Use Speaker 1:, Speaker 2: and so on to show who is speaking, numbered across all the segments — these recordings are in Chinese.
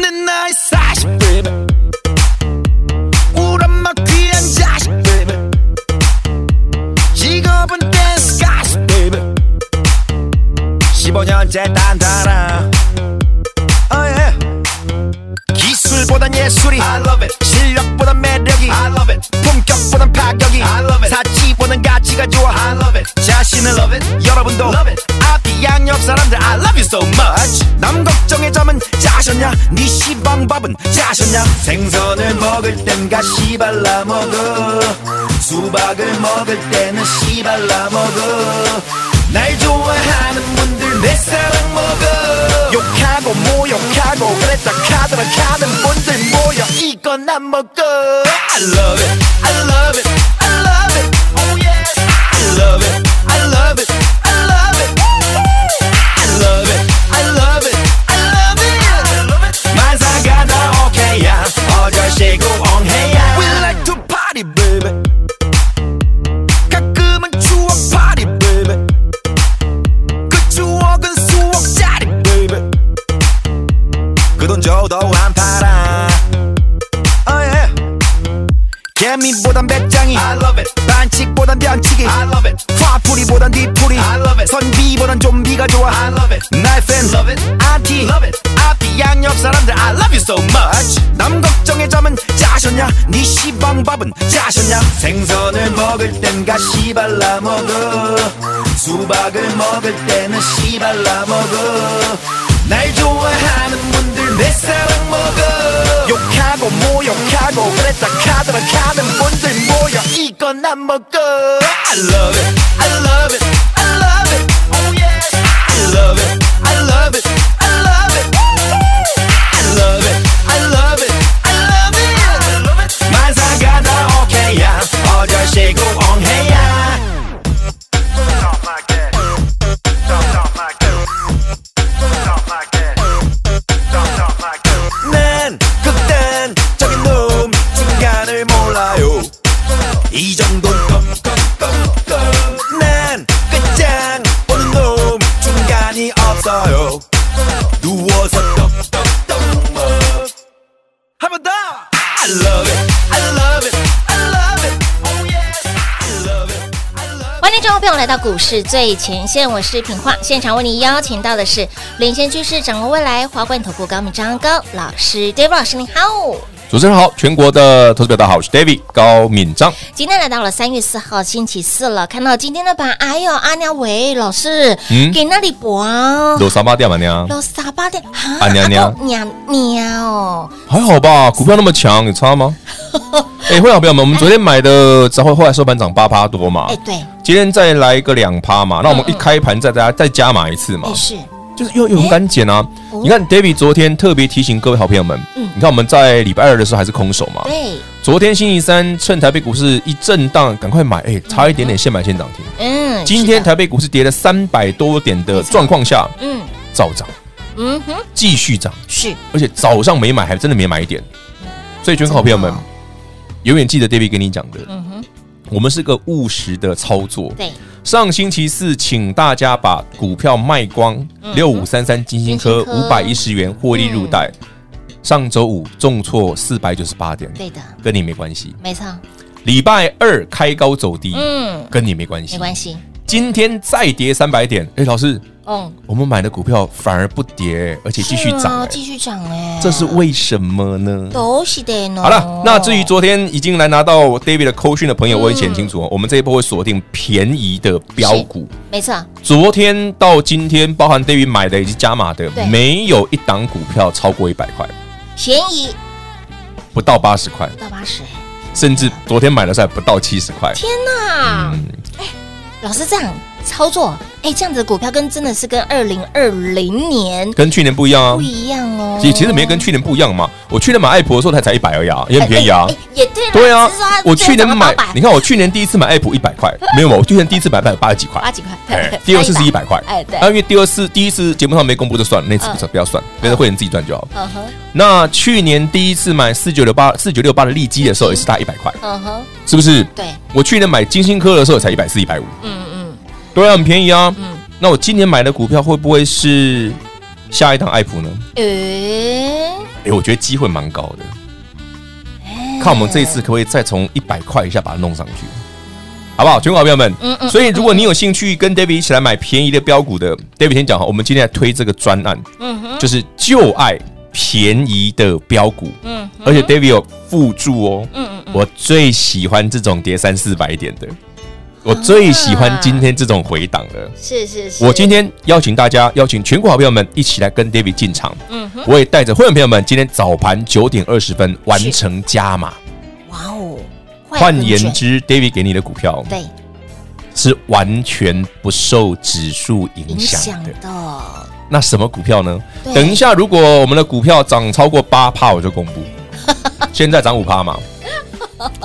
Speaker 1: 내 나이 40 baby 우람막 귀한 자식 baby 직업은 댄스 가수 baby 15년째 단단아 oh, yeah. 기술보단 예술이 I love it. 실력보단 매력이 I love it. 품격보단 파격이 I love it. 사치보단 가치가 좋아 I love it. 자신을 love it. 여러분도 love it. 앞이 양옆 사람들 I love you so much 남 걱정의 점은 짜셨냐 네 시방밥은 짜셨냐 생선을 먹을 땐가 시발라 먹어 수박을 먹을 때는 시발라 먹어 날 좋아하는 분들 내 사랑 먹어 욕하고 모욕하고 그랬다 카더라 카는 분들 모여 이건 안 먹어 I love it I love it I love it oh yeah I love it I love it I love it I love it I love it I love it 만사가 다 오케이야 어절시고 엉해야 We like to party baby 가끔은 추억 파티 baby 그 추억은 수억짜리 baby 그돈 줘도 안 팔아 oh, yeah. 개미보단 배짱이 I love it. 반칙보단 변칙이 I love it. 화풀이보단 뒤풀이 I love it. 선비보단 좀비가 좋아 I love it. knife and love it. 아티 love it. 앞이 양옆 사람들 I love you so much 남 걱정의 점은 짜셨냐 네 시방밥은 짜셨냐 생선을 먹을 땐가 시발라 먹어 수박을 먹을 때는 시발라 먹어 날 좋아하는 분들 내 사랑 먹어 욕하고 모욕하고 그랬다 카더라 카는 분들 모여 이건 안 먹어 I love it I love it I love it oh yes I love it I love it I love it I love it I love it I love it 만사가 다 오케이야 어절시고 엉해야
Speaker 2: Talk like that. Talk, talk like that. Talk like that. Talk, talk like that.
Speaker 1: 난 극단적인 놈 중간을 몰라요 이 정도는 난 끝장 보는 놈 중간이 없어요 누워서 떡떡떡 먹 한번 더! I love it, I love it, I love it Oh yes, I love it
Speaker 3: 欢迎听众朋友来到股市最前线，我是品化，现场为您邀请到的是领先趋势、掌握未来华冠投顾高敏章高老师，David 老师您好。
Speaker 4: 主持人好，全国的投资者大家好，我是 David 高敏章。
Speaker 3: 今天来到了三月四号星期四了，看到今天的盘，哎呦，阿娘喂，老师，
Speaker 4: 嗯
Speaker 3: 给那里博啊？
Speaker 4: 有三八掉嘛娘？
Speaker 3: 老傻八点啊
Speaker 4: 啊娘娘
Speaker 3: 娘娘哦，
Speaker 4: 还好吧，股票那么强，有 差吗？哎、会员朋友们，我们昨天买的，然后后来收盘涨八趴多嘛
Speaker 3: 哎，对，
Speaker 4: 今天再来一个两趴嘛，那我们一开盘再大家再加码一次嘛
Speaker 3: 哎，是
Speaker 4: 就是又又很敢减啊。
Speaker 3: 哦
Speaker 4: 你看 David 昨天特别提醒各位好朋友们，
Speaker 3: 嗯
Speaker 4: 你看我们在礼拜二的时候还是空手嘛，
Speaker 3: 对，
Speaker 4: 昨天星期三趁台北股市一震荡，赶快买，哎、差一点点现买现涨停。
Speaker 3: 嗯，
Speaker 4: 今
Speaker 3: 是
Speaker 4: 天
Speaker 3: 的
Speaker 4: 台北股市跌了三百多点的状况下，
Speaker 3: 嗯
Speaker 4: 照涨，
Speaker 3: 嗯哼，
Speaker 4: 继续涨。
Speaker 3: 是
Speaker 4: 而且早上没买，还真的没买一点。所以，全国好朋友们
Speaker 3: 真的哦，
Speaker 4: 永远记得 David 跟你讲的，我们是个务实的操作。
Speaker 3: 嗯对，
Speaker 4: 上星期四，请大家把股票卖光，六五三三金星科
Speaker 3: 嗯金星
Speaker 4: 五
Speaker 3: 科嗯
Speaker 4: 百一十元获利入袋。上周五重挫四百九十八点，
Speaker 3: 对的，
Speaker 4: 跟你没关系。
Speaker 3: 没错，
Speaker 4: 礼拜二开高走低，
Speaker 3: 嗯，
Speaker 4: 跟你没关系。
Speaker 3: 没关系，
Speaker 4: 今天再跌三百点，哎，老师，
Speaker 3: 嗯，
Speaker 4: 我们买的股票反而不跌，而且继续
Speaker 3: 是啊
Speaker 4: 涨，哎
Speaker 3: 继续涨哎，
Speaker 4: 这是为什么呢？
Speaker 3: 都是的呢。
Speaker 4: 好了，那至于昨天已经来拿到 David 的扣讯的朋友，我也很清楚
Speaker 3: 嗯
Speaker 4: 哦，我们这一波会锁定便宜的标股。
Speaker 3: 没错，
Speaker 4: 昨天到今天，包含 David 买的以及加码的
Speaker 3: 对，
Speaker 4: 没有一档股票超过一百块，
Speaker 3: 便宜
Speaker 4: 不到八十块，
Speaker 3: 到八十，
Speaker 4: 甚至昨天买的时候还不到七十块。
Speaker 3: 天哪！哎，老师这样操作，哎，这样子的股票跟真的是跟二零二零年
Speaker 4: 跟去年不一样啊
Speaker 3: 不，一样哦。
Speaker 4: 其其实没跟去年不一样嘛。我去年买爱普的时候，它才一百而已啊，也很便宜啊
Speaker 3: 哎。哎哎也对啦
Speaker 4: 对啊
Speaker 3: 只是说它，
Speaker 4: 我去年
Speaker 3: 最
Speaker 4: 买
Speaker 3: 早涨到，800
Speaker 4: 你看我去年第一次买爱普一百块，没有嘛？我之前第一次买卖有八十几块，
Speaker 3: 八几块，
Speaker 4: 哎，第二次是一百块，
Speaker 3: 哎对
Speaker 4: 啊因为第二次第一次节目上没公布就算了，那次不算不要算，别人会员自己赚就好。
Speaker 3: 嗯哼，
Speaker 4: 那去年第一次买四九六八四九六八的利基的时候也是大一百块，
Speaker 3: 嗯哼，
Speaker 4: 是不是？
Speaker 3: 对，
Speaker 4: 我去年买金星科的时候才一百四一百五，
Speaker 3: 嗯嗯，
Speaker 4: 对啊，很便宜啊。
Speaker 3: 嗯
Speaker 4: 那我今年买的股票会不会是下一档爱普呢？
Speaker 3: 诶，
Speaker 4: 哎，我觉得机会蛮高的。看我们这一次可不可以再从一百块以下把它弄上去，好不好？全国好朋友们，
Speaker 3: 嗯嗯
Speaker 4: 所以如果你有兴趣跟 David 一起来买便宜的标股的，David 先讲哈，我们今天来推这个专案，
Speaker 3: 嗯哼，
Speaker 4: 就是就爱便宜的标股，
Speaker 3: 嗯
Speaker 4: 而且 David 有附注哦，
Speaker 3: 嗯啊嗯
Speaker 4: 我最喜欢这种跌三四百点的，我最喜欢今天这种回档的。
Speaker 3: 是是是，
Speaker 4: 我今天邀请大家，邀请全国好朋友们一起来跟 David 进场。
Speaker 3: 嗯哼，
Speaker 4: 我也带着会员朋友们，今天早盘九点二十分完成加码。
Speaker 3: 哇哦，
Speaker 4: 换言
Speaker 3: 很准，
Speaker 4: 之，David 给你的股票
Speaker 3: 对，
Speaker 4: 是完全不受指数影
Speaker 3: 影
Speaker 4: 响
Speaker 3: 响
Speaker 4: 的。
Speaker 3: 的，
Speaker 4: 那什么股票呢？
Speaker 3: 对
Speaker 4: 等一下，如果我们的股票涨超过八趴，我就公布。 现在涨五趴嘛，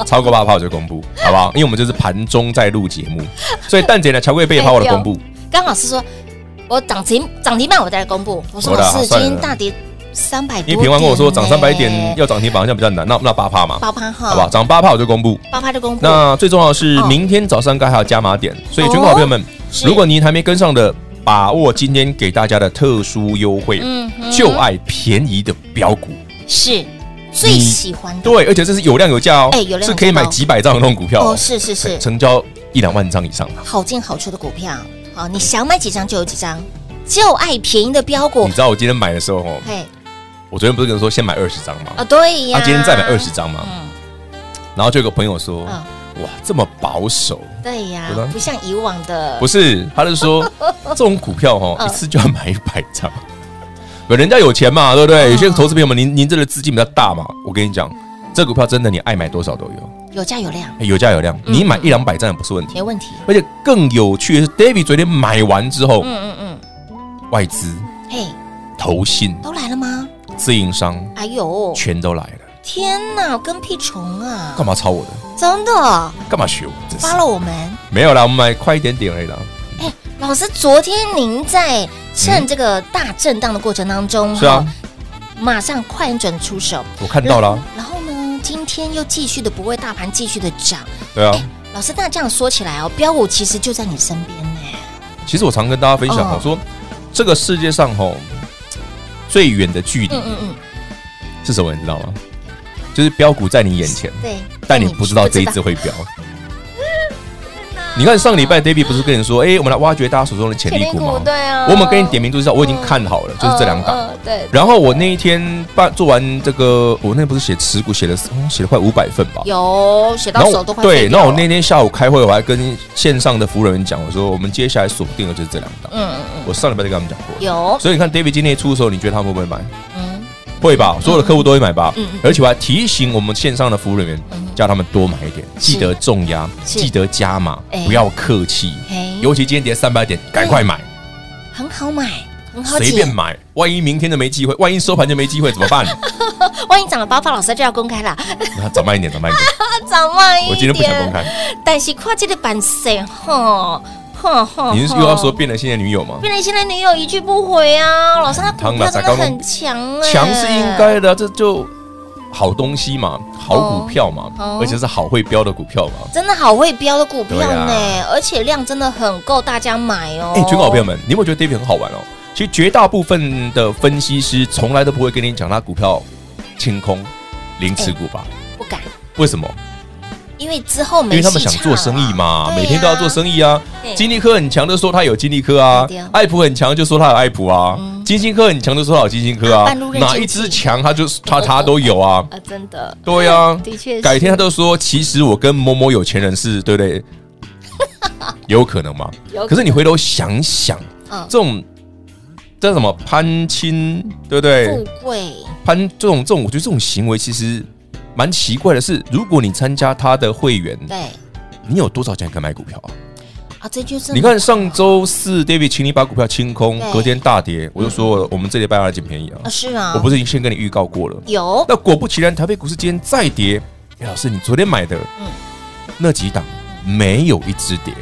Speaker 4: 超过八趴我就公布，好不好？因为我们就是盘中在录节目，所以蛋 姐呢，乔贵背趴我的公布。
Speaker 3: 刚好是说我涨停涨停板我再来公布，我说
Speaker 4: 好的
Speaker 3: 老
Speaker 4: 啊
Speaker 3: 师今
Speaker 4: 算了
Speaker 3: 天大跌三百多
Speaker 4: 因
Speaker 3: 点呢，
Speaker 4: 为平安跟我说涨三百点要涨停板好像比较难，那那八趴嘛，
Speaker 3: 八趴哈，
Speaker 4: 好不好？涨八趴我就公布。
Speaker 3: 八趴就公布，
Speaker 4: 那最重要的是
Speaker 3: 哦，
Speaker 4: 明天早上该还有加码点，所以全国
Speaker 3: 哦
Speaker 4: 好朋友们，
Speaker 3: 是
Speaker 4: 如果您还没跟上的，把握今天给大家的特殊优惠，
Speaker 3: 嗯哼
Speaker 4: 就爱便宜的标股。
Speaker 3: 是最喜欢的，
Speaker 4: 对，啊而且这是有量有价哦，
Speaker 3: 哎有量有价
Speaker 4: 是可以买几百张的那种股票
Speaker 3: 哦，是是是，
Speaker 4: 成交一两万张以上的。
Speaker 3: 好进好出的股票，好，你想买几张就有几张，就爱便宜的标股
Speaker 4: 你，知道我今天买的时候哦，
Speaker 3: 嘿，
Speaker 4: 我昨天不是跟你说先买二十张吗？
Speaker 3: 啊对呀，
Speaker 4: 啊，今天再买二十，张嘛，
Speaker 3: 嗯，
Speaker 4: 然后就有个朋友说，
Speaker 3: 嗯
Speaker 4: 哇，这么保守。
Speaker 3: 对呀
Speaker 4: 有的，
Speaker 3: 不像以往的，
Speaker 4: 啊不是，他就 说这种股票哈，
Speaker 3: 嗯
Speaker 4: 一次就要买一百张。不人家有钱嘛，对
Speaker 3: 嗯
Speaker 4: 不对？有些投资朋友们，您您这个资金比较大嘛，我跟你讲，这股票真的你爱买多少都有，
Speaker 3: 有价有量，
Speaker 4: 哎有价有量，
Speaker 3: 嗯
Speaker 4: 你买一两百张也不是问题
Speaker 3: 没。问题，
Speaker 4: 而且更有趣的是，David 昨天买完之后，
Speaker 3: 嗯嗯
Speaker 4: 外资、
Speaker 3: 嗯，嘿，
Speaker 4: 投信、
Speaker 3: 都来了吗？
Speaker 4: 自营商
Speaker 3: 哎呦，
Speaker 4: 全都来了，
Speaker 3: 天哪，跟屁虫啊！
Speaker 4: 干嘛抄我的？
Speaker 3: 真的
Speaker 4: 干嘛学我？真是
Speaker 3: 发了我们。
Speaker 4: 没有啦，我们买快一点点而已啦。
Speaker 3: 哎，老师，昨天您在趁这个大震荡的过程当中，
Speaker 4: 是啊，
Speaker 3: 马上快很准出手，
Speaker 4: 我看到了啊，
Speaker 3: 然后呢，今天又继续的不为大盘继续的涨。
Speaker 4: 对啊。
Speaker 3: 哎，老师，那这样说起来哦，标五其实就在你身边呢。
Speaker 4: 其实我常跟大家分享，
Speaker 3: 哦
Speaker 4: 我说这个世界上吼最远的距离
Speaker 3: 嗯嗯嗯，
Speaker 4: 是什么，你知道吗？就是标股在你眼前，
Speaker 3: 对。
Speaker 4: 嗯但你不知道这一只会飙。你看上礼拜 David 不是跟你说，哎，我们来挖掘大家手中的
Speaker 3: 嗯
Speaker 4: 潜
Speaker 3: 潜
Speaker 4: 力
Speaker 3: 力
Speaker 4: 股
Speaker 3: 股
Speaker 4: 吗？
Speaker 3: 对啊，
Speaker 4: 我们跟你点名就知道，我已经看好了，就是这两档。
Speaker 3: 嗯，嗯对，
Speaker 4: 然后我那一天办做完这个，我那不是写持股写了，嗯写了快五百份吧。
Speaker 3: 有写
Speaker 4: 然
Speaker 3: 到
Speaker 4: 后
Speaker 3: 手
Speaker 4: 我
Speaker 3: 都快
Speaker 4: 对，
Speaker 3: 废
Speaker 4: 那
Speaker 3: 掉
Speaker 4: 我
Speaker 3: 了
Speaker 4: 那天下午开会，我还跟线上的服务人员讲，我说我们接下来锁定的就是这两档。
Speaker 3: 嗯嗯
Speaker 4: 我上礼拜就跟他们讲过
Speaker 3: 嗯
Speaker 4: 了。
Speaker 3: 有
Speaker 4: 所以你看 David 今天一出的时候，你觉得他们会不会买？
Speaker 3: 嗯
Speaker 4: 会吧，所有的客户都会买吧。
Speaker 3: 嗯嗯
Speaker 4: 而且我还提醒我们线上的服务人员
Speaker 3: 嗯，
Speaker 4: 叫他们多买一点，记得重压，
Speaker 3: 是
Speaker 4: 记得加码
Speaker 3: 哎，
Speaker 4: 不要客气。
Speaker 3: 嘿
Speaker 4: 尤其今天跌三百点，赶快买，
Speaker 3: 很好买，很好
Speaker 4: 随
Speaker 3: 解
Speaker 4: 便。买，万一明天就没机会，万一收盘就没机会怎么 办？
Speaker 3: 万一涨了八发，老师就要公开啦。
Speaker 4: 那早慢一点，早慢一点，
Speaker 3: 涨慢一点，
Speaker 4: 我今天不想公开。
Speaker 3: 但是跨界的版税，吼吼吼，
Speaker 4: 你是
Speaker 3: 吼
Speaker 4: 又要说变了现任女友吗？
Speaker 3: 哦变成现在女友一句不回啊？老师，他股
Speaker 4: 当
Speaker 3: 票
Speaker 4: 然
Speaker 3: 真的很强哎，
Speaker 4: 强是应该的啊，这就好东西嘛，好股票嘛
Speaker 3: 哦哦，
Speaker 4: 而且是好会标的股票嘛。
Speaker 3: 真的好会标的股票
Speaker 4: 对
Speaker 3: 呢
Speaker 4: 啊，
Speaker 3: 而且量真的很够大家买哦。
Speaker 4: 哎、全国好朋友们，你有没有觉得 David 很好玩哦？其实绝大部分的分析师从来都不会跟你讲他股票清空、零持股吧？
Speaker 3: 不敢，
Speaker 4: 为什么？
Speaker 3: 因为之后
Speaker 4: 因
Speaker 3: 没
Speaker 4: 为
Speaker 3: 戏
Speaker 4: 他
Speaker 3: 唱
Speaker 4: 们
Speaker 3: 了
Speaker 4: 想做生意嘛，
Speaker 3: 对啊
Speaker 4: 每天都要做生意啊
Speaker 3: 对。
Speaker 4: 金利科很强就说他有金利科啊
Speaker 3: 对啊，
Speaker 4: 爱普很强就说他有爱普啊，
Speaker 3: 嗯
Speaker 4: 金星科很强就说他有金星科
Speaker 3: 啊
Speaker 4: 啊
Speaker 3: 半路，认
Speaker 4: 哪
Speaker 3: 亲
Speaker 4: 一只
Speaker 3: 戚
Speaker 4: 强他就他他都有啊。
Speaker 3: 啊，真的，
Speaker 4: 对啊，
Speaker 3: 的确是
Speaker 4: 改天他就说，其实我跟某某有钱人是对不 对？有可能吗？
Speaker 3: 有可能
Speaker 4: 可是你回头想想，
Speaker 3: 嗯
Speaker 4: 这种叫什么攀亲，对不对
Speaker 3: 富？贵
Speaker 4: 攀这种这种，我觉得这种行为其实蛮奇怪的是，如果你参加他的会员，
Speaker 3: 对
Speaker 4: 你有多少钱可以买股票啊？
Speaker 3: 啊，这就是
Speaker 4: 你看上周四 David 请你把股票清空
Speaker 3: 对，嗯
Speaker 4: 隔天大跌，我就说了，我们这礼拜要来捡便宜啊
Speaker 3: 啊，！是啊，
Speaker 4: 我不是已经先跟你预告过了？
Speaker 3: 有
Speaker 4: 那果不其然，台北股市今天再跌。哎，老师，你昨天买的
Speaker 3: 嗯
Speaker 4: 那几档没有一只跌，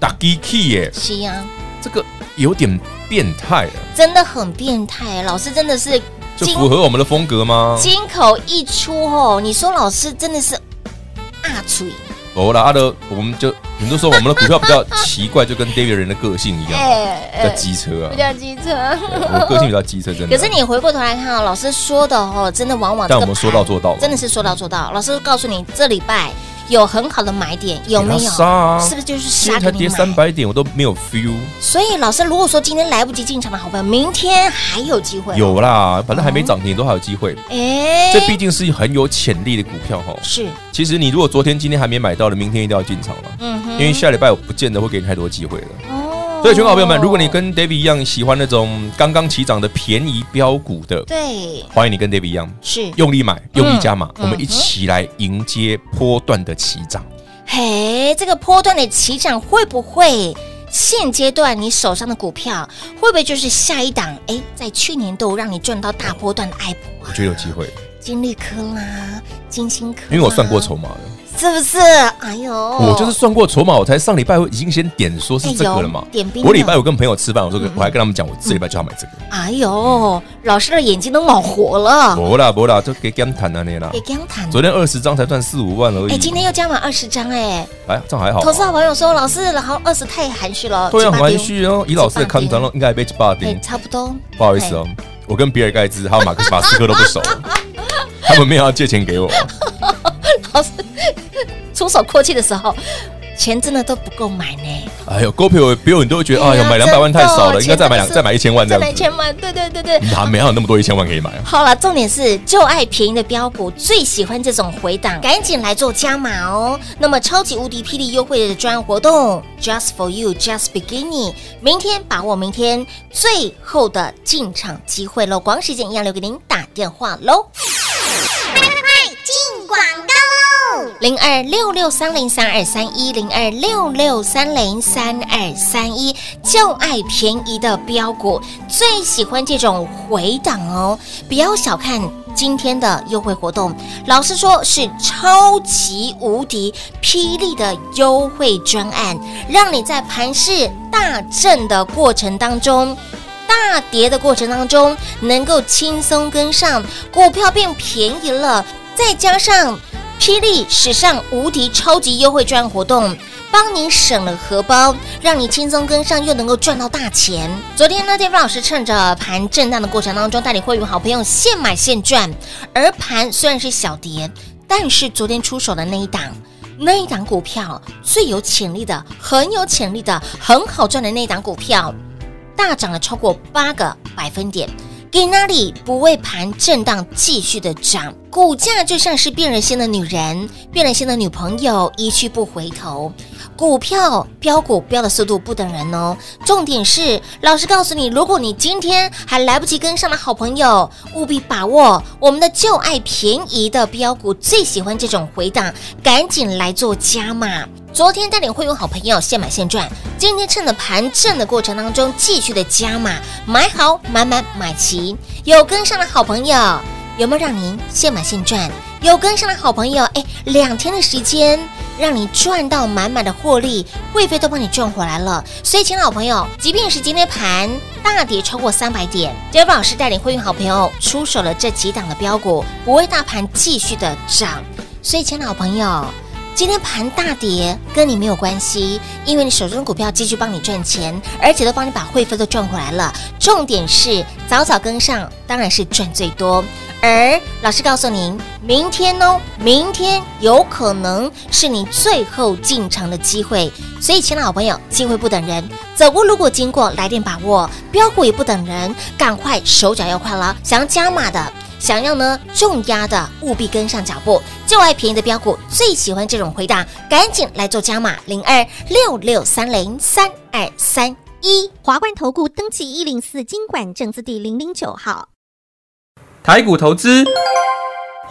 Speaker 4: 打 G K 耶，
Speaker 3: 是呀、
Speaker 4: 这个有点变态了，
Speaker 3: 啊真的很变态，老师真的是
Speaker 4: 就
Speaker 3: 金
Speaker 4: 符合我们的风格吗？
Speaker 3: 金口一出哦，你说老师真的是啊嘴，
Speaker 4: 哦啦，阿德，我们就很多时候我们的股票比较奇怪，就跟 David 人的个性一样，
Speaker 3: 哎
Speaker 4: 比较机车啊
Speaker 3: 比，较机车。
Speaker 4: 对我个性比较机车，真的。
Speaker 3: 可是你回过头来看哦，老师说的哦，真的往往这
Speaker 4: 但我
Speaker 3: 个
Speaker 4: 们
Speaker 3: 盘
Speaker 4: 说到做到，
Speaker 3: 真的是说到做到。老师告诉你，这礼拜有很好的买点，有没
Speaker 4: 给
Speaker 3: 有？
Speaker 4: 他杀啊
Speaker 3: 是不是就是
Speaker 4: 今
Speaker 3: 杀
Speaker 4: 天才
Speaker 3: 给
Speaker 4: 跌
Speaker 3: 你
Speaker 4: 三
Speaker 3: 买？
Speaker 4: 百点，我都没有 feel。
Speaker 3: 所以老师，如果说今天来不及进场的好朋友，明天还有机会。，
Speaker 4: 有啦，反正还没涨停，都还有机会。
Speaker 3: 啊哎，
Speaker 4: 这毕竟是很有潜力的股票哈。
Speaker 3: 是，
Speaker 4: 其实你如果昨天、今天还没买到的，明天一定要进场了，
Speaker 3: 嗯哼
Speaker 4: 因为下礼拜我不见得会给你太多机会了。
Speaker 3: 哦
Speaker 4: 所以，全国好朋友们，如果你跟 David 一样喜欢那种刚刚起涨的便宜标股的，
Speaker 3: 对
Speaker 4: 欢迎你跟 David 一样
Speaker 3: 是，
Speaker 4: 用力买、用力加码，
Speaker 3: 嗯
Speaker 4: 我们一起来迎接波段的起涨。
Speaker 3: 嘿，这个波段的起涨会不会？现阶段你手上的股票会不会就是下一档？哎，在去年都让你赚到大波段的爱普啊
Speaker 4: 我觉得有机会，
Speaker 3: 金利科啦、金星科啦，
Speaker 4: 因为我算过筹码了，
Speaker 3: 啊是不是？哎呦，
Speaker 4: 我就是算过筹码，我才上礼拜已经先点说是这个了嘛
Speaker 3: 哎有嗯点兵。了
Speaker 4: 我礼拜有跟朋友吃饭，我说我还跟他们讲，我这礼拜就要买这个。
Speaker 3: 哎呦，老师的眼睛都冒火了，
Speaker 4: 不啦不啦，就给干谈了那啦
Speaker 3: 给。江谈。
Speaker 4: 哦昨天二十张才赚四五万而
Speaker 3: 哎，
Speaker 4: 已，
Speaker 3: 今天又加满二十张哎！
Speaker 4: 哎，这样还好啊。
Speaker 3: 投资好朋友说，老师，然后二十太含蓄了，
Speaker 4: 对
Speaker 3: 七
Speaker 4: 啊，很
Speaker 3: 八
Speaker 4: 含
Speaker 3: 丢
Speaker 4: 蓄哦。以老师的康长，应该被霸
Speaker 3: 哎，
Speaker 4: 丁。
Speaker 3: 差不多。
Speaker 4: 不好意思哦，我跟比尔盖茨还有马克马斯克都不 熟，他们没有要借钱给我。
Speaker 3: 哎老师出手阔气的时候，钱真的都不够买呢，
Speaker 4: 哎呦，股票比我你都会觉得，哎
Speaker 3: 哎
Speaker 4: 呦，
Speaker 3: 呀
Speaker 4: 买两百万太少
Speaker 3: 真
Speaker 4: 了，
Speaker 3: 的
Speaker 4: 应该再买
Speaker 3: 钱
Speaker 4: 两
Speaker 3: 真的是
Speaker 4: 再买一千万这
Speaker 3: 再来
Speaker 4: 样子。
Speaker 3: 千万，对对对对。
Speaker 4: 哪没有那么多一千万可以买啊？
Speaker 3: 好了，重点是就爱便宜的标股，最喜欢这种回档，赶紧来做加码哦！那么超级无敌霹雳优惠的专案活动，Just for you，Just beginning，明天把握明天最后的进场机会喽！广告时间一样留给您打电话喽。零二六六三零三二三一零二六六三零三二三一，就爱便宜的标股，最喜欢这种回档哦！不要小看今天的优惠活动，老实说是超级无敌霹雳的优惠专案，让你在盘市大震的过程当中。大跌的过程当中，能够轻松跟上，股票变便宜了，再加上霹雳史上无敌超级优惠专案活动，帮您省了荷包，让你轻松跟上，又能够赚到大钱。昨天呢，David 老师趁着盘震荡的过程当中，带领会员好朋友现买现赚，而盘虽然是小跌，但是昨天出手的那一档。那一档股票最有潜力的，很有潜力的，很好赚的那一档股票，大涨了超过八个百分点。给那里不为盘震荡继续的涨，股价就像是变人心的女人，变人心的女朋友，一去不回头。股票标股标的速度不等人哦。重点是，老师告诉你，如果你今天还来不及跟上的好朋友，务必把握我们的旧爱便宜的标股，最喜欢这种回档，赶紧来做加码。昨天带领会员好朋友现买现赚，今天趁着盘震的过程当中，继续的加码，买好买满买齐。有跟上的好朋友，有没有让您现买现赚？有跟上的好朋友，哎，两天的时间让你赚到满满的获利，会费都帮你赚回来了。所以，亲爱的好朋友，即便是今天盘大跌超过三百点，杰夫老师带领会员好朋友出手了这几档的标股，不为大盘继续的涨。所以，亲爱的好朋友。今天盘大跌跟你没有关系，因为你手中的股票继续帮你赚钱，而且都帮你把会费都赚回来了。重点是早早跟上，当然是赚最多。而老师告诉您，明天哦，明天有可能是你最后进场的机会。所以，亲爱的好朋友，机会不等人，走过路过经过，来点把握，标股也不等人，赶快手脚要快了。想要加码的，想要呢重压的，务必跟上脚步。就爱便宜的标股，最喜欢这种回答，赶紧来做加码零二六六三零三二三一。
Speaker 5: 华冠投顾登记一零四经管证字第零零九号。
Speaker 6: 台股投资，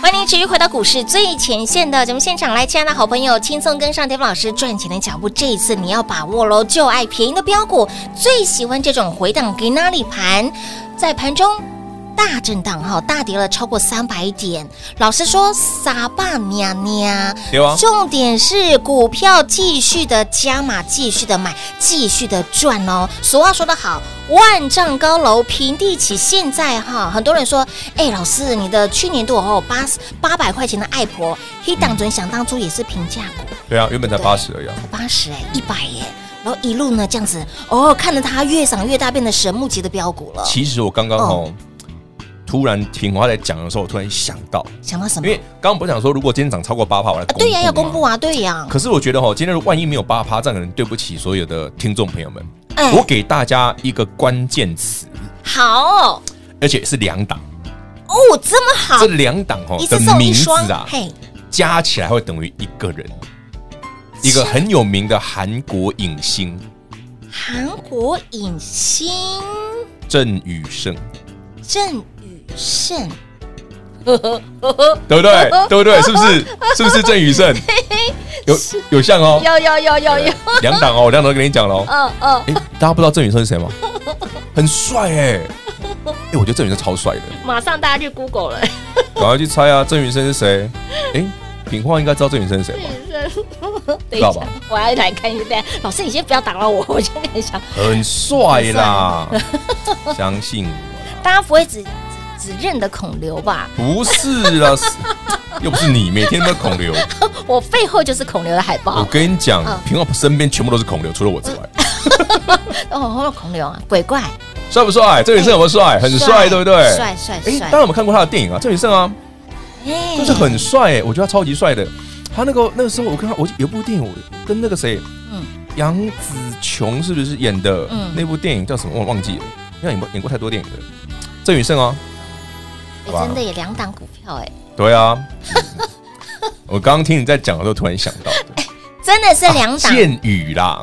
Speaker 3: 欢迎您持续回到股市最前线的节目现场，来，亲爱的好朋友，轻松跟上 d a 老师赚钱的脚步，这一次你要把握喽！就爱便宜的标股，最喜欢这种回档给哪里盘，在盘中。大震荡哈，大跌了超过三百点。老师说傻爸娘娘，
Speaker 4: 对啊
Speaker 3: 重点是股票继续的加码，继续的买，继续的赚哦。俗话说得好，万丈高楼平地起。现在哈，很多人说，哎、老师，你的去年度哦八八百块钱的爱婆，黑档准想当初也是平价股，
Speaker 4: 对啊，原本才
Speaker 3: 对
Speaker 4: 八十而已啊，
Speaker 3: 八十哎，一百耶。然后一路呢这样子，哦，看着它越长越大，变得神木级的标股了。
Speaker 4: 其实我刚刚哦，突然平华在讲的时候，我突然想到，
Speaker 3: 想到什
Speaker 4: 因
Speaker 3: 么？
Speaker 4: 为刚刚不是讲说，如果今天涨超过八趴，我来
Speaker 3: 啊对呀、要公
Speaker 4: 嘛
Speaker 3: 布啊，对呀、
Speaker 4: 可是我觉得哈，今天如果万一没有八趴，这样可能对不起所有的听众朋友们。
Speaker 3: 哎
Speaker 4: 我给大家一个关键词，
Speaker 3: 好哦，
Speaker 4: 而且是两档，
Speaker 3: 哦这么好
Speaker 4: 这，两档哈
Speaker 3: 一次
Speaker 4: 的
Speaker 3: 送
Speaker 4: 名
Speaker 3: 一
Speaker 4: 字
Speaker 3: 双，
Speaker 4: 啊，
Speaker 3: 嘿，
Speaker 4: 加起来会等于一个人，一个很有名的韩国影星
Speaker 3: 韩国影星
Speaker 4: 郑宇盛，
Speaker 3: 郑宇盛，
Speaker 4: 对 不对？对不对？是不是？是不是郑宇盛？有有像哦，
Speaker 3: 有有有有有，
Speaker 4: 两档哦，两档都跟你讲 了哦。
Speaker 3: 嗯嗯，
Speaker 4: 哎，大家不知道郑宇盛是谁吗？很帅哎， 哎，我觉得郑宇盛超帅的。
Speaker 3: 马上大家去 Google 了，
Speaker 4: 赶快去猜啊，郑云生是谁？哎，品化应该知道郑云生是谁吧？
Speaker 3: 等一
Speaker 4: 知道
Speaker 3: 下
Speaker 4: 吧，
Speaker 3: 我要来看一下。老师，你先不要打扰我，我真的很想，
Speaker 4: 很帅啦，相信
Speaker 3: 大家不会只只只认得孔刘吧？
Speaker 4: 我不是啦， 是又不是你，每天都在孔刘。
Speaker 3: 我背后就是孔刘的海
Speaker 4: 我
Speaker 3: 报。
Speaker 4: 跟你讲
Speaker 3: 哦嗯，
Speaker 4: 平化身边全部都是孔刘，除了我之外，
Speaker 3: 哦，孔刘啊，鬼怪，
Speaker 4: 帅不帅？郑云生有没有帅？很帅，对不对？
Speaker 3: 哎帅帅
Speaker 4: 哎，
Speaker 3: 帅
Speaker 4: 大家，有没有看过他的电影啊？郑云生啊，
Speaker 3: 哎
Speaker 4: 就是很帅哎，我觉得他超级帅的。他那个那个时候，我跟他，我有部电影，我跟那个谁，
Speaker 3: 嗯
Speaker 4: 杨紫琼是不是演的？
Speaker 3: 嗯
Speaker 4: 那部电影叫什么？我忘记了，因为演过演过太多电影了。郑宇盛啊，
Speaker 3: 哎真的有两档股票哎。
Speaker 4: 对 啊，我刚刚听你在讲的时候，突然想到的
Speaker 3: 真的是两档，
Speaker 4: 啊剑雨啦，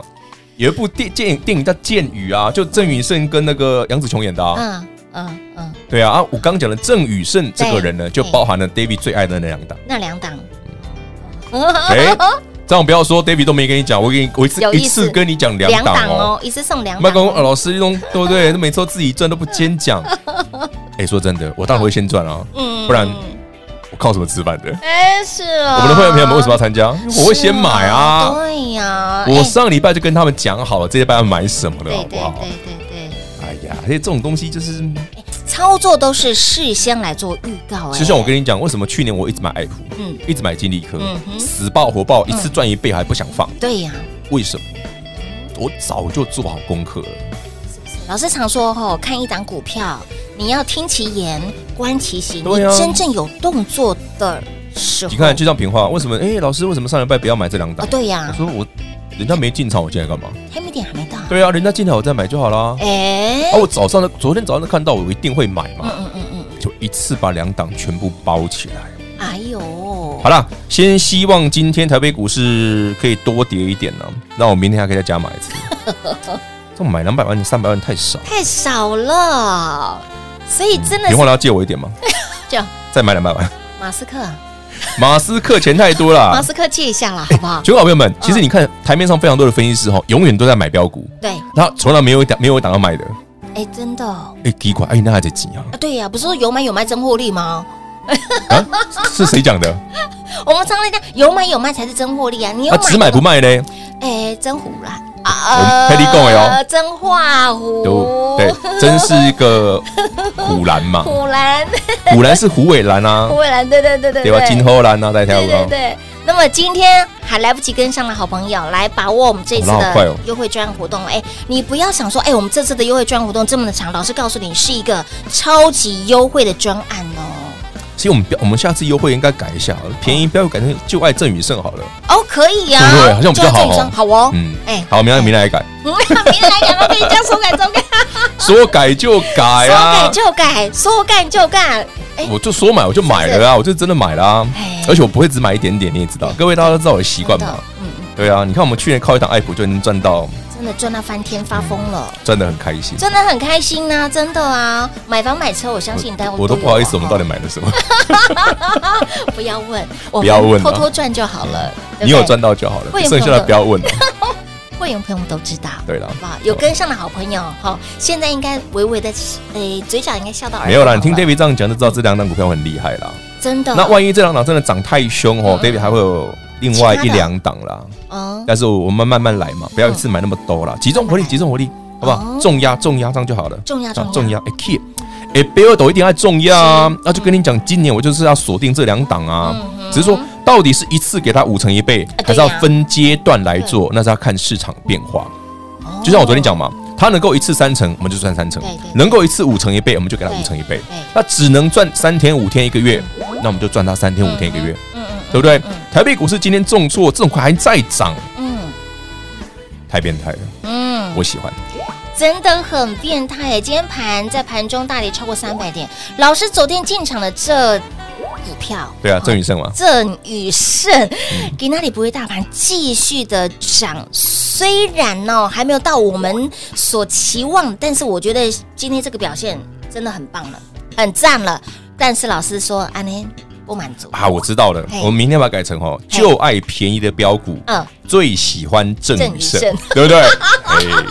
Speaker 4: 有一部电电影电影叫《剑雨》啊，就郑宇盛跟那个杨紫琼演的啊。
Speaker 3: 嗯嗯嗯，
Speaker 4: 对啊，啊，我刚刚讲的郑宇盛这个人呢，
Speaker 3: 对
Speaker 4: 就包含了 David 最爱的那两档。
Speaker 3: 那两档，哦
Speaker 4: 哎，这样不要说 David 都没跟你讲，我给你我一次
Speaker 3: 有意
Speaker 4: 一
Speaker 3: 思
Speaker 4: 次跟你讲两档哦。，
Speaker 3: 一次送两
Speaker 4: 麦
Speaker 3: 档
Speaker 4: 公老师一种对不对？每次都自己赚都不先讲。 哎，说真的，我当然会先赚啊，
Speaker 3: 嗯
Speaker 4: 不然我靠什么吃饭的？
Speaker 3: 哎是啊，
Speaker 4: 我们的会员朋友们为什么要参加？因为
Speaker 3: 是啊
Speaker 4: 我会先买啊。
Speaker 3: 对呀，
Speaker 4: 我
Speaker 3: 哎
Speaker 4: 上礼拜就跟他们讲好了，这礼拜要买什么了，
Speaker 3: 对
Speaker 4: 好不
Speaker 3: 对
Speaker 4: 好？
Speaker 3: 对对对，
Speaker 4: 哎呀，而且这种东西就是，
Speaker 3: 操作都是事先来做预告，哎
Speaker 4: 就像我跟你讲，为什么去年我一直买爱普，
Speaker 3: 嗯
Speaker 4: 一直买金利科
Speaker 3: 嗯，哼嗯
Speaker 4: 死爆活爆，一次赚一倍还不想放，
Speaker 3: 对呀，
Speaker 4: 为什么？我早就做好功课了，
Speaker 3: 老师常说吼，看一档股票，你要听其言，观其行，
Speaker 4: 对
Speaker 3: 你
Speaker 4: 啊
Speaker 3: 真正有动作的时候，
Speaker 4: 你看就像平话，为什么？哎，老师，为什么上礼拜不要买这两
Speaker 3: 啊嗯
Speaker 4: 档？
Speaker 3: 对
Speaker 4: 我
Speaker 3: 呀，
Speaker 4: 说我人家没进场，我进来干嘛？
Speaker 3: 还没点还没到，
Speaker 4: 对啊，人家进来我再买就好啦。
Speaker 3: 哎
Speaker 4: 啊，，我早上的昨天早上就看到，我一定会买嘛，
Speaker 3: 嗯嗯嗯，
Speaker 4: 就一次把两档全部包起来。
Speaker 3: 哎呦，
Speaker 4: 好啦，先希望今天台北股市可以多跌一点呢、那我明天还可以再加买一 次。这买两百万、三百万太少，
Speaker 3: 太少了，所以真的
Speaker 4: 你
Speaker 3: 是
Speaker 4: 后来要借我一点吗？
Speaker 3: 这样，
Speaker 4: 再买两百万。
Speaker 3: 马斯克，
Speaker 4: 啊马斯克钱太多了
Speaker 3: 马。斯克嗯借一下啦，
Speaker 4: 哎
Speaker 3: 好不好？
Speaker 4: 全国好朋友们，其实你看台面上非常多的分析师哈，永远都在买标股，
Speaker 3: 对，
Speaker 4: 然后从来没有一档没有一档要买的。
Speaker 3: 哎，真的哦
Speaker 4: 哎，第一款，哎，那还得急啊？
Speaker 3: 啊，对呀，不是说有买有卖真获利吗？
Speaker 4: 啊，是谁讲的？
Speaker 3: 我们常常讲有买有卖才是真获利啊，你有
Speaker 4: 啊，只买不卖嘞？
Speaker 3: 哎，真虎啦，
Speaker 4: 我跟你讲哟，，
Speaker 3: 呃真画
Speaker 4: 都
Speaker 3: 虎，
Speaker 4: 对，真是一个虎兰嘛，
Speaker 3: 哦虎兰，
Speaker 4: 虎兰是虎尾兰啊
Speaker 3: 虎，尾兰，对对对对
Speaker 4: 对吧？金后兰啊，在跳
Speaker 3: 对
Speaker 4: 舞
Speaker 3: 对
Speaker 4: 啊，
Speaker 3: 对。那么今天还来不及跟上的好朋友，来把握我们这次
Speaker 4: 哦那好快
Speaker 3: 的
Speaker 4: 哦
Speaker 3: 优惠专案活动。哎、你不要想说，哎，我们这次的优惠专案活动这么的长，老师告诉你是一个超级优惠的专案哦。
Speaker 4: 其实我们标我们下次优惠应该改一下，便宜标改成就爱郑宇胜好了。
Speaker 3: 哦，可以啊，
Speaker 4: 对对好像比较好哦
Speaker 3: 就要这样好哦。
Speaker 4: 嗯，
Speaker 3: 哎
Speaker 4: 好，明天明天来改，
Speaker 3: 嗯， 明天来讲都可以这样说改就改，
Speaker 4: 说改就改
Speaker 3: 说改
Speaker 4: 啊，
Speaker 3: 就改，说干就干。哎
Speaker 4: 我就说买我就买了啊，我就真的买了啊
Speaker 3: 哎，
Speaker 4: 而且我不会只买一点点，你也知道，各位大家都知道我的习惯嘛。
Speaker 3: 嗯嗯，
Speaker 4: 对啊，你看我们去年靠一档爱普就能赚到，
Speaker 3: 真的赚到翻天发疯了。
Speaker 4: 真的很开心。
Speaker 3: 真的很开心呐、真的啊！买房买车，我相信大家
Speaker 4: 我都不好意思，
Speaker 3: 有
Speaker 4: 我
Speaker 3: 啊
Speaker 4: 们到底买了什 么？
Speaker 3: 不要问，我
Speaker 4: 不要问啊嗯
Speaker 3: 偷偷赚就好了。对不对
Speaker 4: 你有，赚到就好了
Speaker 3: 会，有
Speaker 4: 剩下的不要问了。
Speaker 3: 会员朋友们都知道，
Speaker 4: 对 了
Speaker 3: 好不好？有跟上的好朋友，好，现在应该微微的，诶，嘴角应该笑到耳朵
Speaker 4: 哎没有啦，你听
Speaker 3: 好了
Speaker 4: David 这样讲就知道这两档股票很厉害啦。
Speaker 3: 真的，哦
Speaker 4: 那万一这两档真的涨太凶哦，David 还会有另外一两档啦。
Speaker 3: 嗯，
Speaker 4: 但是我们慢慢来嘛，不要一次买那么多啦，集中火力，集中火力，好不
Speaker 3: 哦
Speaker 4: 好？重压，重压这样就好了。
Speaker 3: 重压
Speaker 4: 啊
Speaker 3: 重压
Speaker 4: 重压，哎 key，哎 build 一定要重压啊。那就跟你讲，今年我就是要锁定这两档啊
Speaker 3: 嗯哼，
Speaker 4: 只是说到底是一次给它五成一倍，
Speaker 3: 啊
Speaker 4: 还是要
Speaker 3: 对呀
Speaker 4: 分阶段来做，那是要看市场变化。
Speaker 3: 哦
Speaker 4: 就像我昨天，讲嘛，它能够一次三成，我们就赚三成
Speaker 3: 对对；对
Speaker 4: 能够一次五成一倍，我们就给它
Speaker 3: 对
Speaker 4: 五成一倍
Speaker 3: 对。
Speaker 4: 那只能赚三天五天一个月，那我们就赚它三天五天一个月，
Speaker 3: 嗯嗯
Speaker 4: 对不对
Speaker 3: 嗯？
Speaker 4: 台北股市今天重挫，这种还在涨，
Speaker 3: 嗯
Speaker 4: 太变态了，
Speaker 3: 嗯，
Speaker 4: 我喜欢。
Speaker 3: 真的很变态耶！今天盘在盘中大跌超过三百点，老师昨天进场的这股票，
Speaker 4: 对啊，
Speaker 3: 好
Speaker 4: 郑宇胜嘛，
Speaker 3: 郑宇盛，
Speaker 4: 嗯
Speaker 3: 给那里不会大盘继续的涨，虽然呢、还没有到我们所期望，但是我觉得今天这个表现真的很棒了，很赞了。但是老师说，安妮不满足，
Speaker 4: 啊，我知道了
Speaker 3: 嘿，
Speaker 4: 我们明天把它改成哦，
Speaker 3: 嘿
Speaker 4: 就爱便宜的标股，
Speaker 3: 嗯，
Speaker 4: 最喜欢郑宇胜
Speaker 3: 郑宇，
Speaker 4: 对不对？哎，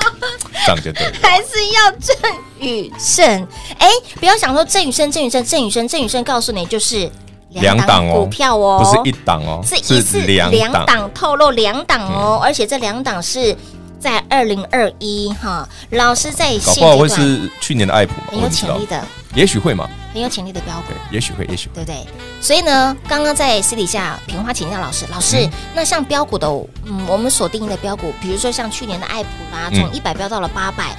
Speaker 4: 这样就对了。
Speaker 3: 还是要郑宇盛。哎，不要想说郑宇盛，郑宇盛，郑宇盛，郑宇盛，告诉你就是
Speaker 4: 两档哦
Speaker 3: 股票哦，
Speaker 4: 不是一嗯档哦，
Speaker 3: 是一次两档透露两档哦，而且这两档是在二零二一哈，老师在
Speaker 4: 搞
Speaker 3: 现
Speaker 4: 不好
Speaker 3: 阶
Speaker 4: 会
Speaker 3: 段
Speaker 4: 是去年的爱普嘛，
Speaker 3: 很
Speaker 4: 我
Speaker 3: 有
Speaker 4: 不知
Speaker 3: 潜
Speaker 4: 道
Speaker 3: 力，的，
Speaker 4: 也许会嘛，
Speaker 3: 很有潜力的标股
Speaker 4: 对。，也许会，也许会。
Speaker 3: 对不对？所以呢，刚刚在私底下平花请教老师，老师，
Speaker 4: 嗯
Speaker 3: 那像标股的，嗯，我们所定义的标股，比如说像去年的爱普啦，
Speaker 4: 嗯
Speaker 3: 从一百飙到了八百、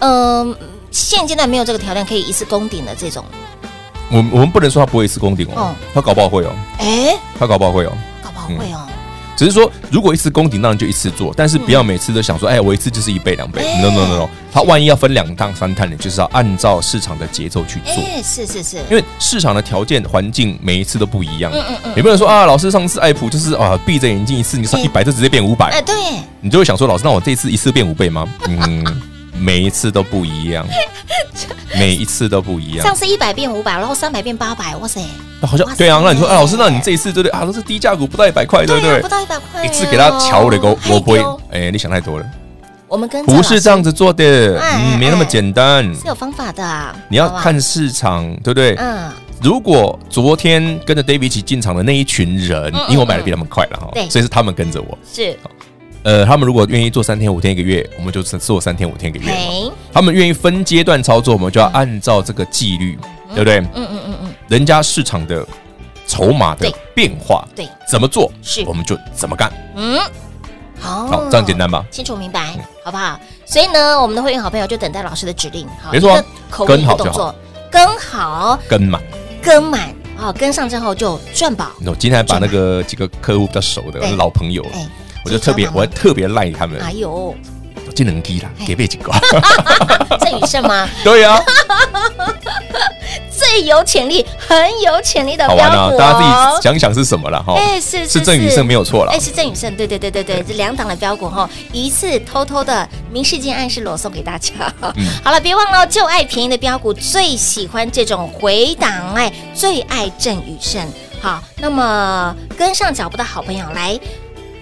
Speaker 3: 嗯，现阶段没有这个条件可以一次攻顶的这种，
Speaker 4: 我我们不能说它不会是攻顶哦
Speaker 3: 嗯，
Speaker 4: 它搞不好会哦，
Speaker 3: 哎，
Speaker 4: 它搞不好会哦。
Speaker 3: 搞不好会哦，
Speaker 4: 只是说，如果一次攻顶，那你就一次做，但是不要每次都想说，哎，我一次就是一倍两倍。
Speaker 3: 哎
Speaker 4: No No No No，它万一要分两趟三趟，你就是要按照市场的节奏去嗯做，
Speaker 3: 哎、是是是，
Speaker 4: 因为市场的条件环境每一次都不一样。
Speaker 3: 嗯嗯嗯，
Speaker 4: 有没有人说啊，老师上次爱普就是啊，闭着眼睛一次你上
Speaker 3: 嗯
Speaker 4: 一百就直接变五
Speaker 3: 哎、
Speaker 4: 百，
Speaker 3: 对，
Speaker 4: 你就会想说，老师，那我这一次一次变五倍吗？嗯，每一次都不一 样，每一次都不一样
Speaker 3: 上。次一百变五百，然后三百变八百，哇塞！
Speaker 4: 好像
Speaker 3: 哇塞
Speaker 4: 对啊，那你说啊，老师，那你这一次对不对啊？都是低价股，不到一百块，对不
Speaker 3: 对啊，
Speaker 4: 对
Speaker 3: 不？到一百块，
Speaker 4: 一次给他瞧了个
Speaker 3: 嗨
Speaker 4: 我不会
Speaker 3: 哟，
Speaker 4: 哎，你想太多了，
Speaker 3: 我们跟
Speaker 4: 不是这
Speaker 3: 张
Speaker 4: 样子做的，
Speaker 3: 哎哎
Speaker 4: 嗯，没那么简单。
Speaker 3: 是有方法的啊，
Speaker 4: 你要
Speaker 3: 好不好，
Speaker 4: 看市场，对不对？
Speaker 3: 嗯，
Speaker 4: 如果昨天跟着 David 一起进场的那一群人
Speaker 3: 嗯嗯，
Speaker 4: 因为我买的比他们快了哈
Speaker 3: 对，
Speaker 4: 所以是他们跟着我。
Speaker 3: 是，
Speaker 4: 呃，他们如果愿意做三天五天一个月，我们就做三天五天一个月嘛。
Speaker 3: 嘿，
Speaker 4: 他们愿意分阶段操作，我们就要按照这个纪律，对不对？
Speaker 3: 嗯嗯嗯嗯，
Speaker 4: 人家市场的筹码的
Speaker 3: 对
Speaker 4: 变化，
Speaker 3: 对，
Speaker 4: 怎么做，
Speaker 3: 是哦
Speaker 4: 我们就怎么干。
Speaker 3: 嗯，好，
Speaker 4: 好，这样简单嗯吧？
Speaker 3: 清楚明白，好不好？所以呢，我们的会员好朋友就等待老师的指令，好，
Speaker 4: 没错啊
Speaker 3: 一个口令
Speaker 4: 跟
Speaker 3: 一
Speaker 4: 好
Speaker 3: 个动
Speaker 4: 就好
Speaker 3: 作，跟好，
Speaker 4: 跟嘛，
Speaker 3: 跟满，好，跟上之后就赚饱，
Speaker 4: 我今天还把那个几个客户比较熟的
Speaker 3: 对
Speaker 4: 老朋友，
Speaker 3: 哎，
Speaker 4: 我就特别，我还特别赖他们，
Speaker 3: 哎呦，
Speaker 4: 技能低啦， 给背景挂。
Speaker 3: 郑宇胜吗？
Speaker 4: 对啊，
Speaker 3: 最有潜力，很有潜力的
Speaker 4: 好玩
Speaker 3: 标
Speaker 4: 啊，
Speaker 3: 股、哦，
Speaker 4: 大家自己想想是什么了哈。
Speaker 3: 哎，是
Speaker 4: 是郑宇胜没有错了
Speaker 3: 哎，，是郑宇胜，对对对对对，这两档的标股哈，一次偷偷的明示见暗示裸送给大家。 好了，别忘了哦，就爱便宜的标股，最喜欢这种回档，哎，最爱郑宇胜。好，那么跟上脚步的好朋友来。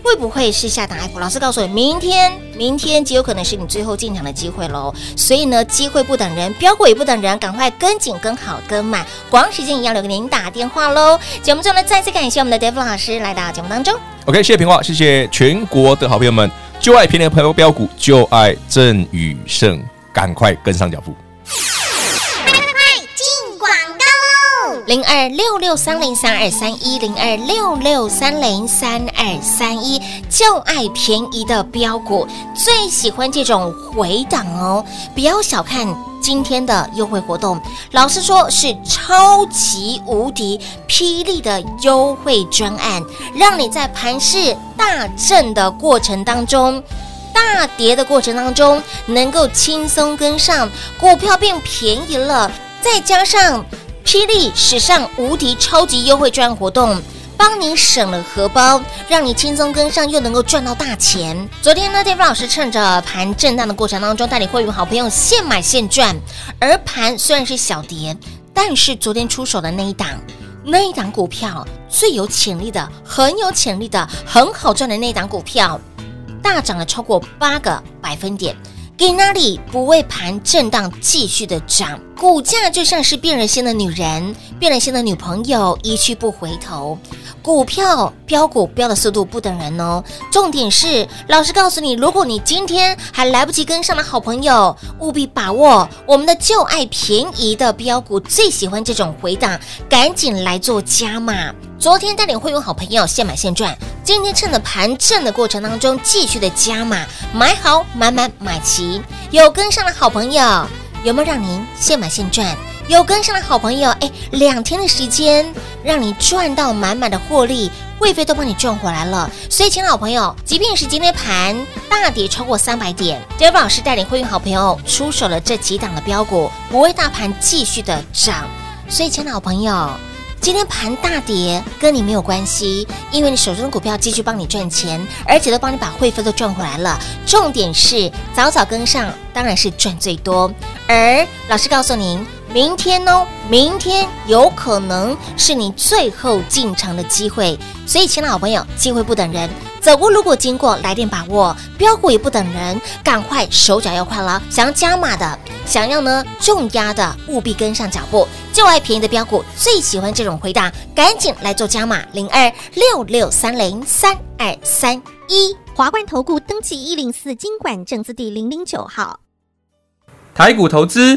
Speaker 3: 会不会是下档 F？老师告诉我，明天，明天极有可能是你最后进场的机会喽。所以呢，机会不等人，标股也不等人，赶快跟紧、跟好、跟满。广时间一样留给您打电话喽。节目中呢，再次感谢我们的 Dave 老师来到节目当中。
Speaker 4: OK，谢谢平话，谢谢全国的好朋友们。就爱便宜的标标股，就爱郑宇盛，赶快跟上脚步。
Speaker 7: 进广告喽！
Speaker 3: 零二六六三零三二三一零二六六三零三二三一，就爱便宜的标股，最喜欢这种回档哦！不要小看今天的优惠活动，老实说是超级无敌霹雳的优惠专案，让你在盘势大震的过程当中。大跌的过程当中，能够轻松跟上，股票变便宜了，再加上霹雳史上无敌超级优惠券活动。帮你省了荷包，让你轻松跟上，又能够赚到大钱。昨天呢，David 老师趁着盘震荡的过程当中，带你会员好朋友现买现赚。而盘虽然是小跌，但是昨天出手的那一档，那一档股票最有潜力的，很有潜力的，很好赚的那一档股票，大涨了超过八个百分点。给那里不为盘震荡继续的涨，股价就像是变了心的女人，变了心的女朋友，一去不回头。股票标股标的速度不等人哦。重点是，老师告诉你，如果你今天还来不及跟上的好朋友，务必把握我们的旧爱便宜的标股，最喜欢这种回档，赶紧来做加码。昨天带领会员好朋友现买现赚，今天趁着盘震的过程当中，继续的加码，买好买满买齐。有跟上的好朋友，有没有让您现买现赚？有跟上的好朋友，哎，两天的时间让你赚到满满的获利，会费都帮你赚回来了。所以，亲爱的好朋友，即便是今天盘大跌超过三百点 d a v i 老师带领会员好朋友出手了这几档的标股，不为大盘继续的涨。所以，亲爱的好朋友。今天盘大跌跟你没有关系，因为你手中的股票继续帮你赚钱，而且都帮你把会费都赚回来了。重点是早早跟上，当然是赚最多。而老师告诉您，明天哦，明天有可能是你最后进场的机会，所以，亲爱的好朋友，机会不等人。走过路过经过，来电把握，标股也不等人，赶快手脚要快了。想要加码的，想要呢重压的，务必跟上脚步。就爱便宜的标股，最喜欢这种回答，赶紧来做加码零二六六三零三二三一。
Speaker 5: 华冠投顾登记一零四经管证字第零零九号。
Speaker 6: 台股投资，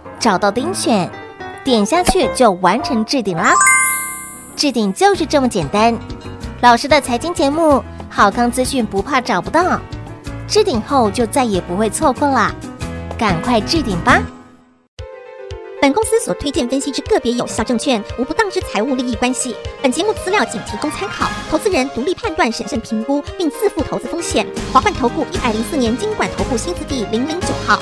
Speaker 3: 找到钉选，点下去就完成置顶啦。置顶就是这么简单。老师的财经节目，好康资讯不怕找不到，置顶后就再也不会错过啦，赶快置顶吧！
Speaker 5: 本公司所推荐分析之个别有效证券，无不当之财务利益关系。本节目资料仅提供参考，投资人独立判断、审慎评估，并自负投资风险。华冠投顾一百零四年经管投顾新字第零零九号。